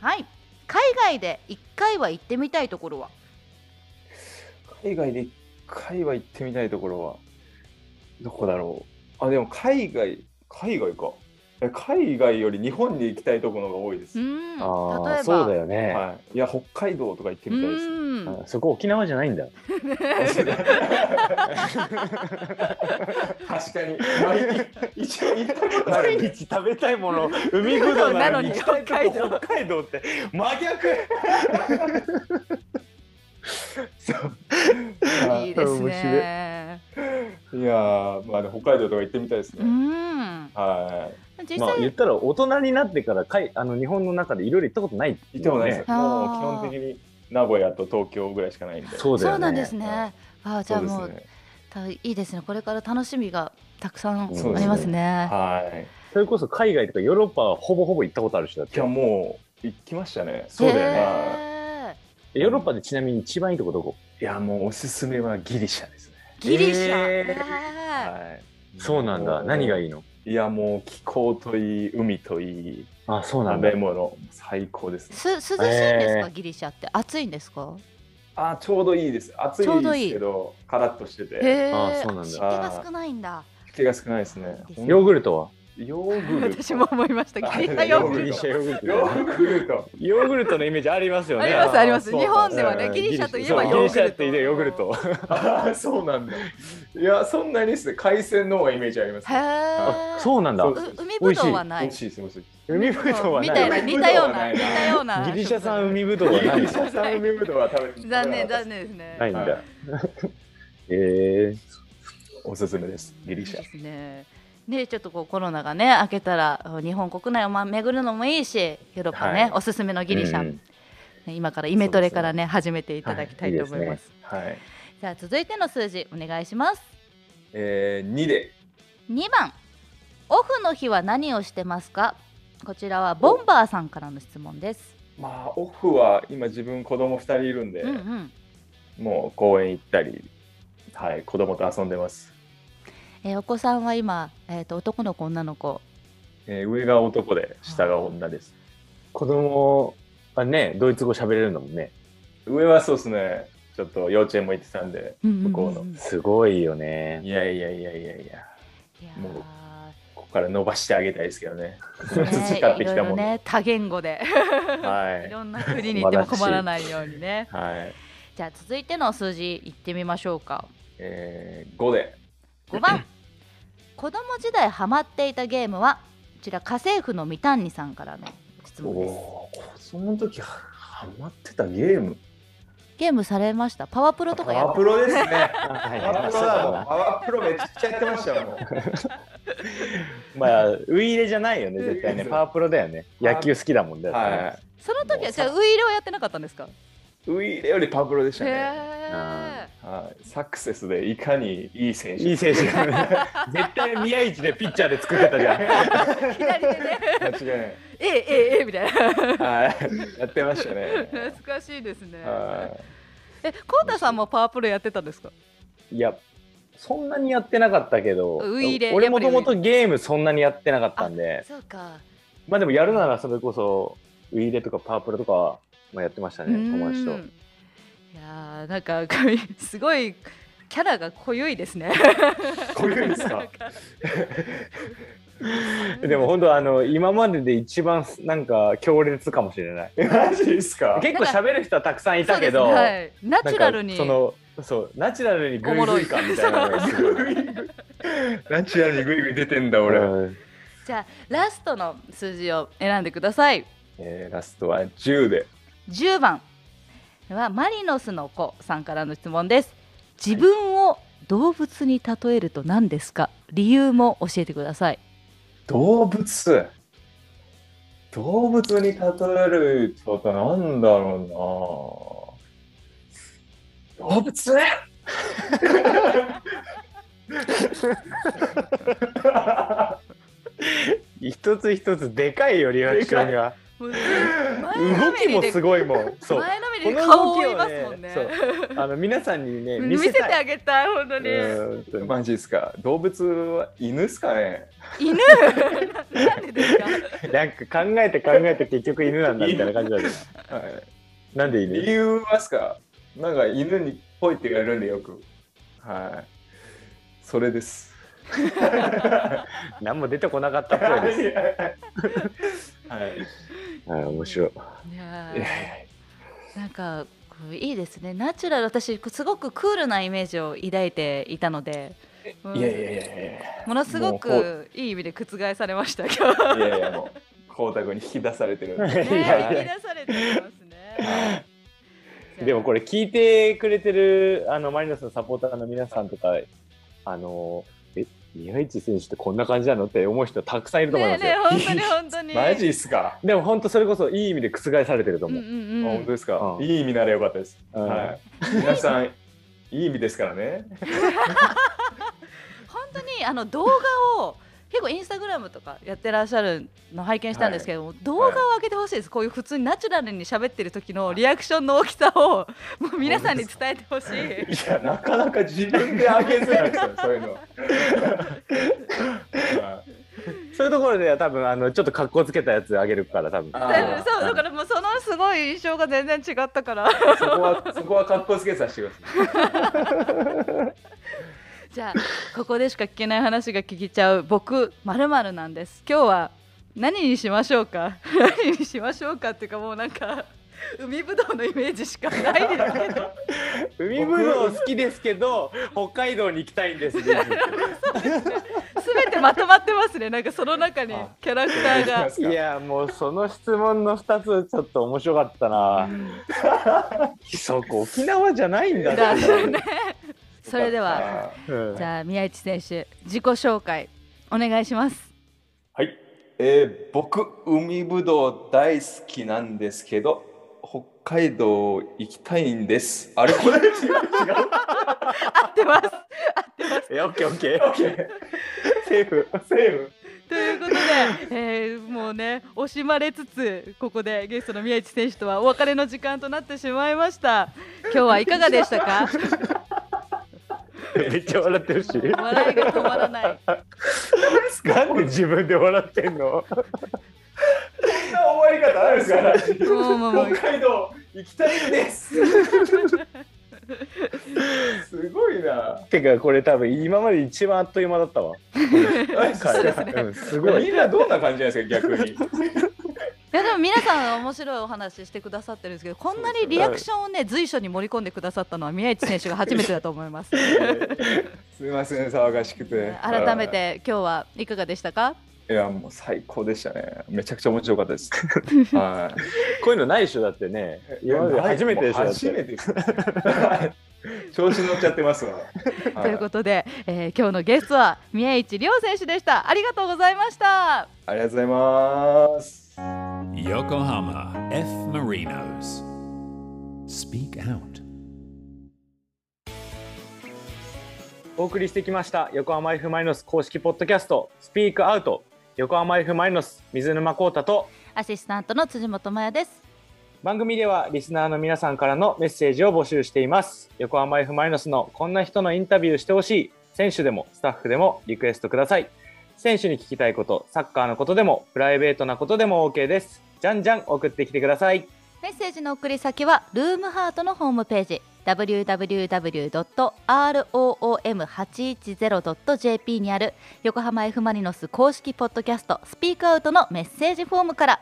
C: はい海外で1回は行ってみたいところは
F: 海外で一回は行ってみたいところは、どこだろう。あ、でも海外、海外か。え海外より日本に行きたいところの方が多いです。
C: う
F: は
C: ん例え
B: あ
C: ば
B: あ、そうだよね、
F: い。いや、北海道とか行って
C: う
F: みたいです。
C: ん
B: あそこ沖縄じゃないんだ。
F: 確かに。まあい一応行ったことある
B: 毎
C: [laughs]
F: んで。
B: 日食べたいもの、海ぶどうなのに
C: なのに
B: 北海道北海道って真逆。
C: [laughs] いいですね
F: いやー、まあ、ね、北海道とか行ってみたいです
C: う
F: ね。
C: ん
F: は
C: 実際、
B: まあ言ったら大人になってからかいあの日本の中でいろいろ行ったことない
F: い。行ってもないです。
C: あー
F: もう基本的に名古屋と東京ぐらいしかないんで。
B: そうだよね。
C: そうなんですねああじゃあも
F: そううですね。
C: たいいですねこれから楽しみがたくさんあ
B: そうですね
C: りますね
F: はい。
B: それこそ海外とかヨーロッパはほぼほぼ行ったことある人だっ
F: いや
B: て。
F: もう行きましたね。
B: そうだよね
C: ね
B: ヨーロッパでちなみに一番いいとこどこ？
F: いやもうおすすめはギリシャですね。
C: ギリシャ、
B: えー
C: はい
F: はい。
B: そうなんだ。何が
F: い
B: いいの？
F: いやもう気候といい海といい
B: あ、そうなん
F: 食
B: だ
F: べ。物最高です、ね。
C: す涼しいんですか、
B: えー
C: ギリシャって暑いんですか
F: あちょうどいいです。暑い
C: ちょうど
F: で
C: いい
F: すけどカラッとして
C: へ
F: て
C: え
B: あそうなんだ
C: 湿気が少ないんだ
F: 気が少ないですね。
C: いいですね
B: ヨーグルトは？
F: ヨーグル
C: [laughs]
F: ト。
C: 私も思いました
F: あ
C: ギリシャヨーグ
F: グ
C: ル
F: ル
C: ト
F: ト
B: ヨーグルト
F: ヨーグルト。
B: ヨーグルトのイメージありますよね。
C: ありますあります
B: そう
C: 日本では
F: ね
B: うん
C: ギリシャといえば
B: そう
C: ヨーグルト
B: ギリシャっていえばヨーグルト。
F: あー [laughs] そうなんだ。いやそんなにですね海鮮の方がイメージあります、
C: へえ
B: そうなんだ
F: そう。
C: う海ぶどうはな
F: 美
C: い
F: 味しいです美味しいです。
B: 海ぶどうは
C: み
B: な
C: たい
B: い。
C: な
F: 海ぶど
C: 似
F: うはない
C: たような
F: な
B: ギ
C: 似たような
F: い
B: リシャ産海ぶどうはな
F: ギ
B: い
F: リ。 [laughs] シャ産海ぶどうは食べ食べなか
C: 残念
F: ったで
C: 残
F: す
C: 念ですね
B: ないん
F: は
B: だ
F: い。
B: ええ。
F: おすすめですギリシャ
C: いいですねねちょっとこうコロナがね明けたら日本国内をまあ巡るのもいいしヨーロッパね、
F: はい
C: おすすめのギリシャ、
B: うんうん
C: ね今からイメトレからね始めていただきたいと思い
B: はいいい
C: ま,、
B: です
F: はい
C: じゃあ続いての数字お願いします
F: えー、2で
C: 2番オフの日は何をしてますかこちらはボンバーさんからの質問です、
F: まあオフは今自分子供2人いるんで、
C: うんうん
F: もう公園行ったりはい子供と遊んでます、
C: えーお子さんは今、えー、と男の子女の子
F: えー上が男で下が女です
B: 子供はねドイツ語喋れるんだもんね
F: 上はそうですねちょっと幼稚園も行ってたんで
C: 向
F: 向こうの
B: すごいよね
F: いやいやいやいやいや
C: いや
F: もう
C: ー
F: ここから伸ばしてあげたいですけどね培
C: ね
F: っ
C: い
F: て
C: ろ
F: き
C: い
F: た
C: ろ
F: もんで、
C: ね多言語で
F: はいい
C: ろんな国に行っても困らないようにね
F: はい
C: じゃあ続いての数字いってみましょうか
F: えー、5で
C: 5番
F: [laughs]
C: 子供時代ハマっていたゲームはこちら家政婦の三谷さんからの質問です
F: おー子供の時はハマってたゲーム
C: ゲームされましたパワープロとか
F: パ
C: や
F: ワ
C: っ
F: プロですね
B: パ
F: パワプロだもんパワプロめちゃくちゃやってましたよもん
B: まあウイイレじゃないよね絶対ね
F: うん
B: パワープロだよね野球好きだもんだよね、
F: は
C: その時はじゃあウイイレをやってなかったんですか
F: いウイレよりパワプロでした
C: へ
F: ね
C: え
F: はい、サクセスでいかにいい選手
B: いい
F: [laughs]
B: 選手だよね絶対宮市でピッチャーで作ってたじゃん
C: 左手ね
F: 間違
C: ええ
F: いない
C: ええええみたいな
F: はい、やってましたね。
C: [laughs] 懐かしいですね
F: は
C: えコウタさんもパワープロやってたんですか
B: いやそんなにやってなかったけど
C: ウイイレ
B: 俺
C: やっ
B: も
C: ぱりウ
B: と
C: イイレ
B: もとゲームそんなにやってなかったんで
C: そうか
B: まあでもやるならそれこそウイイレとかパワープロとかはまあやってましたね友達と
C: うーんいやーなんかこうすごいキャラが濃ゆいですね。
F: い、こういうんですか。
B: [laughs] でも本当あの今までで一番なんか強烈かもしれない
F: えマジですか。
B: 結構喋る人はたくさんい
C: そ
B: た
C: うで
B: け
C: すね
B: ど、
C: はい、ナ
B: なん
C: チュ
B: か
C: ラルに
B: そのそうナチュラルにグイグイ感みたいなのがすごい
F: ナチュラルにグイグイ出てんだ俺。
B: [laughs] うん
C: じゃあラストの数字を選んでください。
F: えー、ラストは10で。
C: 10番はマリノスの子さんからの質問です。自分を動物に例えると何ですか理由も教えてください。
F: 動物。動物に例えるとなんだろうな。動物。
B: 一つ一つでかいよリアクションが
C: 動
B: 動きもすごいもんそう
C: 前のめり
B: こ
C: で
B: の
C: 顔
B: 動
C: を
B: き
C: 言いま
B: を
C: すも
B: ね
C: んね。
B: そうあの皆さんにね
C: 見
B: 見
C: せ
B: せ
C: て
B: た
C: あ
B: い
C: げたい本当に。
B: うん本当に
F: マジですか。動物は犬ですかね。
C: 犬 [laughs] なんでですか
B: なんか考えて考えて結局犬なんだみたいな感じだね
F: はい。
B: なんで
F: 理
B: 犬
F: 由はっすかなんか犬にぽいって言われるんでよくはいそれです
H: 何も出てこなかったっぽいです。
F: [laughs]
C: [laughs]
F: はい。
B: はい、面白 [laughs] い。
C: いやーなんかこういいですねナチュラル私すごくクールなイメージを抱いていたので、うん
F: いやいやいやい
C: ものすご
F: もう
C: くいい意味で覆されました今日
F: や。いやいやもう光沢に引き出されてる。
C: [laughs] ね
H: いやい
C: 引き出されてますね
B: でもこれ聞いてくれてるあのマリノスのサポーターの皆さんとか、あのえ宮市選手ってこんな感じなのって思う人たくさんいると思い
C: ね
B: ます
C: え
B: よ。
C: ねえ本当に本当に
F: [laughs] マジっすか。
B: でも本当それこそいい意味で覆されてると
C: うん
B: 思
C: う
B: う。
F: あ
C: んう
F: 本
C: ん
F: 当ですか。
B: うん
F: いい意味ならよかったです。
B: うん
F: はい。皆さんいい意味ですからね。
C: 本当にあの動画を結構インスタグラムとかやってらっしゃるの拝見したんですけども、動画を上げてほしいです、こういう普通にナチュラルに喋ってる時のリアクションの大きさをもう皆さんに伝えてほしい。
F: いやなかなか自分で上げづらいですよそ
C: [laughs]
F: ういうの。はい
B: そういうところでは多分あのちょっと格好つけたやつあげるから多分。
F: あ
C: だいぶ [laughs]
F: ー
C: そうだからもうそのすごい印象が全然違ったから [laughs]
F: そこはそこは格好つけさせてください。
C: じゃあここでしか聞けない話が聞きちゃう僕まるまるなんです今日は何にしましょうか [laughs] 何にしましょうかっていうかもうなんか海ぶどうのイメージしかないですけど
B: 海ぶどう好きですけど [laughs] 北海道に行きたいんです。
C: 全てまとまってますねなんかその中にキャラクター
B: [laughs]
C: が
B: いやもうその質問の二つちょっと面白かったな。 [laughs] そこ沖縄じゃないんだ
C: だ
B: って。
C: ねそれでは
F: は。
B: うん
C: じゃあ宮市選手自己紹介お願いします
F: はい、えー僕海ぶどう大好きなんですけど北海道行きたいんですあれこれ違う
C: 合ってます
B: いやオッケーオッケー。
F: セーフセーフ
C: ということで、えーもうね惜しまれつつここでゲストの宮市選手とはお別れの時間となってしまいました今日はいかがでしたか
B: めっちゃ笑ってるし。
C: 笑いが止まらない
B: なんで自分で笑ってんの。
F: そんな終わり方あるんですか
C: もうもうもう
F: 北海道行きたいんですすごいな
B: てかこれ多分今まで一番あっという間だったわ。
C: そうですね
B: うんすごい。
F: みんなどんな感じなんですか逆に
C: いやでも皆さん面白いお話してくださってるんですけどこんなにリアクションをね随所に盛り込んでくださったのは宮市選手が初めてだと思います
F: すいません騒がしくて
C: 改めて今日はいかがでしたか
F: いやもう最高でしたねめちゃくちゃ面白かったですはい
B: こういうのないでしょだってね。今まで初めてでしょだっ
F: 初め
B: て。
F: てです。 [laughs] 調子乗っちゃってますわ。
C: [laughs] ということで、えー今日のゲストは宮市亮選手でしたありがとうございました
F: ありがとうございます。
A: Yokohama F. Marinos. Speak out.
B: お送りしてきました横浜 F マリノス公式ポッドキャストスピークアウト横浜 F マリノス水沼孝太と
C: アシスタントの辻本麻也です
B: 番組ではリスナーの皆さんからのメッセージを募集しています横浜 F マリノスのこんな人のインタビューしてほしい選手でもスタッフでもリクエストください選手に聞きたいことサッカーのことでもプライベートなことでも OK ですじゃんじゃん送ってきてください
C: メッセージの送り先はルームハートのホームページ www.room810.jp にある横浜 F ・マリノス公式ポッドキャストスピークアウトのメッセージフォームから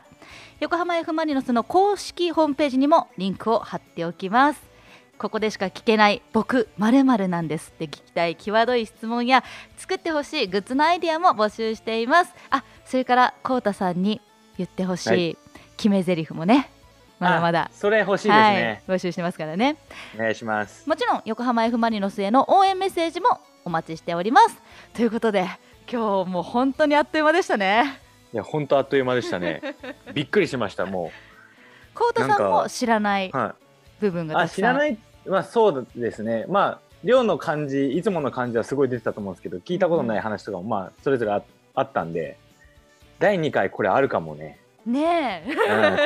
C: 横浜 F ・マリノスの公式ホームページにもリンクを貼っておきますここでしか聞けない僕まるなんですって聞きたい際どい質問や作ってほしいグッズのアイディアも募集していますあそれからコウタさんに言ってほし
B: はい
C: 決め台詞もねまだまだ
B: あそれ欲しいですね、
C: はい、募集してますからね
B: お願いします
C: もちろん横浜 F ・マリノスへの応援メッセージもお待ちしておりますということで今日もう本当にあっという間でしたね
B: いや本当あっという間でした
C: [laughs]
B: ねびっくりしましたも
C: コウタさん
B: なん
C: も
B: か
C: 知らないう
B: はい
C: 部分がた
B: あ
C: くさ
B: 知
C: ん
B: らない、まあ、そうですね、まあ、寮の感じ、いつもの感じはすごい出てたと思うんですけど、聞いたことない話とかも、まあ、それぞれああったんで、第2回、これあるかもね、
C: ねえ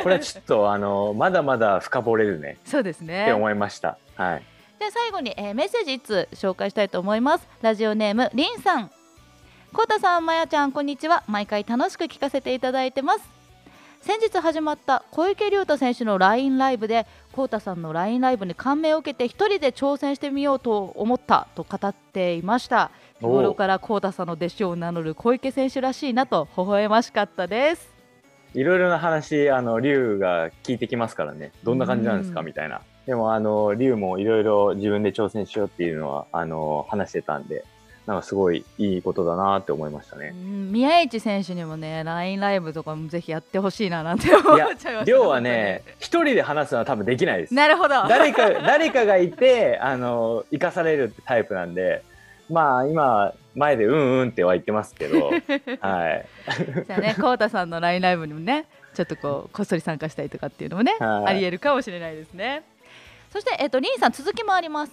B: う
C: [laughs]
B: ん、これはちょっとあのまだまだ深掘れるね
C: そうです
B: って
C: ね
B: 思いました。はい、
C: で最後に、えーメッセージ1通紹介したいと思いますラジオネームりんさんコウタさんまやちゃんこんにちは毎回楽しく聞かせていただいてます先日始まった小池龍太選手の LINE ライブでコウタさんの LINE ライブに感銘を受けて一人で挑戦してみようと思ったと語っていました日頃からコータさんの弟子を名乗る小池選手らしいなと微笑ましかったです。
B: いろいろな話、あの、龍が聞いてきますからね、どんな感じなんですか、
C: うん
B: みたいな。でも、あの、龍もいろいろ自分で挑戦しようっていうのは、あの、話してたんで、なんかすごいいいことだなって思いました
C: う
B: ね。
C: ん宮市選手にもね、LINE ライブとかもぜひやってほしいななんて思っちゃいました。
B: 龍はね、一人で話すのは多分できないです。
C: [laughs] なるほど。
B: 誰か、誰かがいて、あの、生かされるってタイプなんで、まあ、今、前でうんうんっては言ってますけ
C: [laughs]
B: ど、はい。
C: じゃあ
B: [laughs]
C: ね、コウタさんの LINE ライブにもね、ちょっとこう、こっそり参加したりとかっていうのもね、
B: はい
C: ありえるかもしれないですね。そして、えっと、リンさん、続きもあります。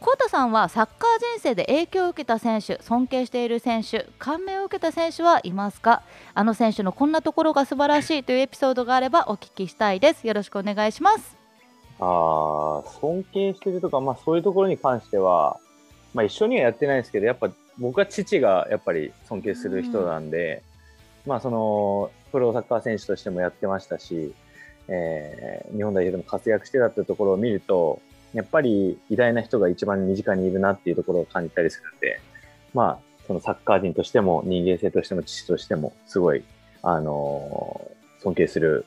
C: コウタさんはサッカー人生で影響を受けた選手、尊敬している選手、感銘を受けた選手はいますかあの選手のこんなところが素晴らしいというエピソードがあればお聞きしたいです。よろしくお願いします。
B: ああ、尊敬してるとか、まあそういうところに関しては、まあ一緒にはやってないですけど、やっぱ僕は父がやっぱり尊敬する人なんで、まあその、プロサッカー選手としてもやってましたし、えー日本代表でも活躍してたってところを見ると、やっぱり偉大な人が一番身近にいるなっていうところを感じたりするんで、まあそのサッカー人としても人間性としても父としても、すごい、あのー尊敬する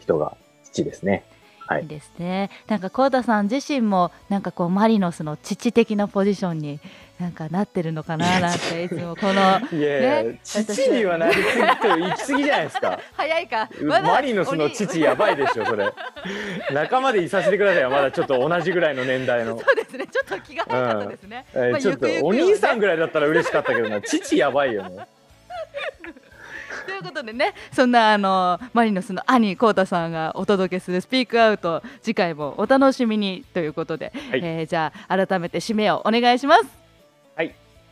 B: 人が父ですね。はい
C: いいですね。なんかコウタさん自身もなんかこうマリノスの父的なポジションになんかなってるのかななんていつもこ
B: [laughs]
C: の
B: いやいや
C: ね、
B: 父にはなりすぎと行き過ぎじゃないですか。
C: 早いか。 [laughs] まだ
B: マリノスの父やばいでしょ、それ。仲間でいさせてくださいよ、まだちょっと同じぐらいの年代の。
C: [laughs] そうですね。ちょっと気が早かったですね。
B: えー
C: まあ
B: ちょっと
C: ゆくゆく
B: お
C: はね
B: 兄さんぐらいだったら嬉しかったけどな、父やばいよね。
C: ということでね、そんなあのマリノスの兄コウタさんがお届けするスピークアウト次回もお楽しみにということで、
B: はい
C: えーじゃあ改めて締めをお願いします。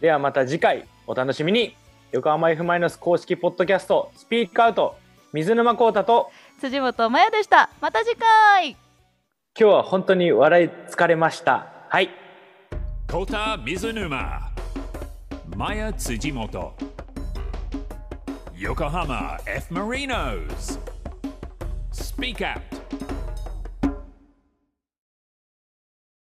B: ではまた次回お楽しみに。横浜 F マイナス公式ポッドキャストスピークアウト水沼孝太と
C: 辻本真也でした。また次回。
B: 今日は本当に笑い疲れました。はい。
A: Kota Mizunuma, Maya Tsujimoto, Yokohama F. Marinos. Speak Out.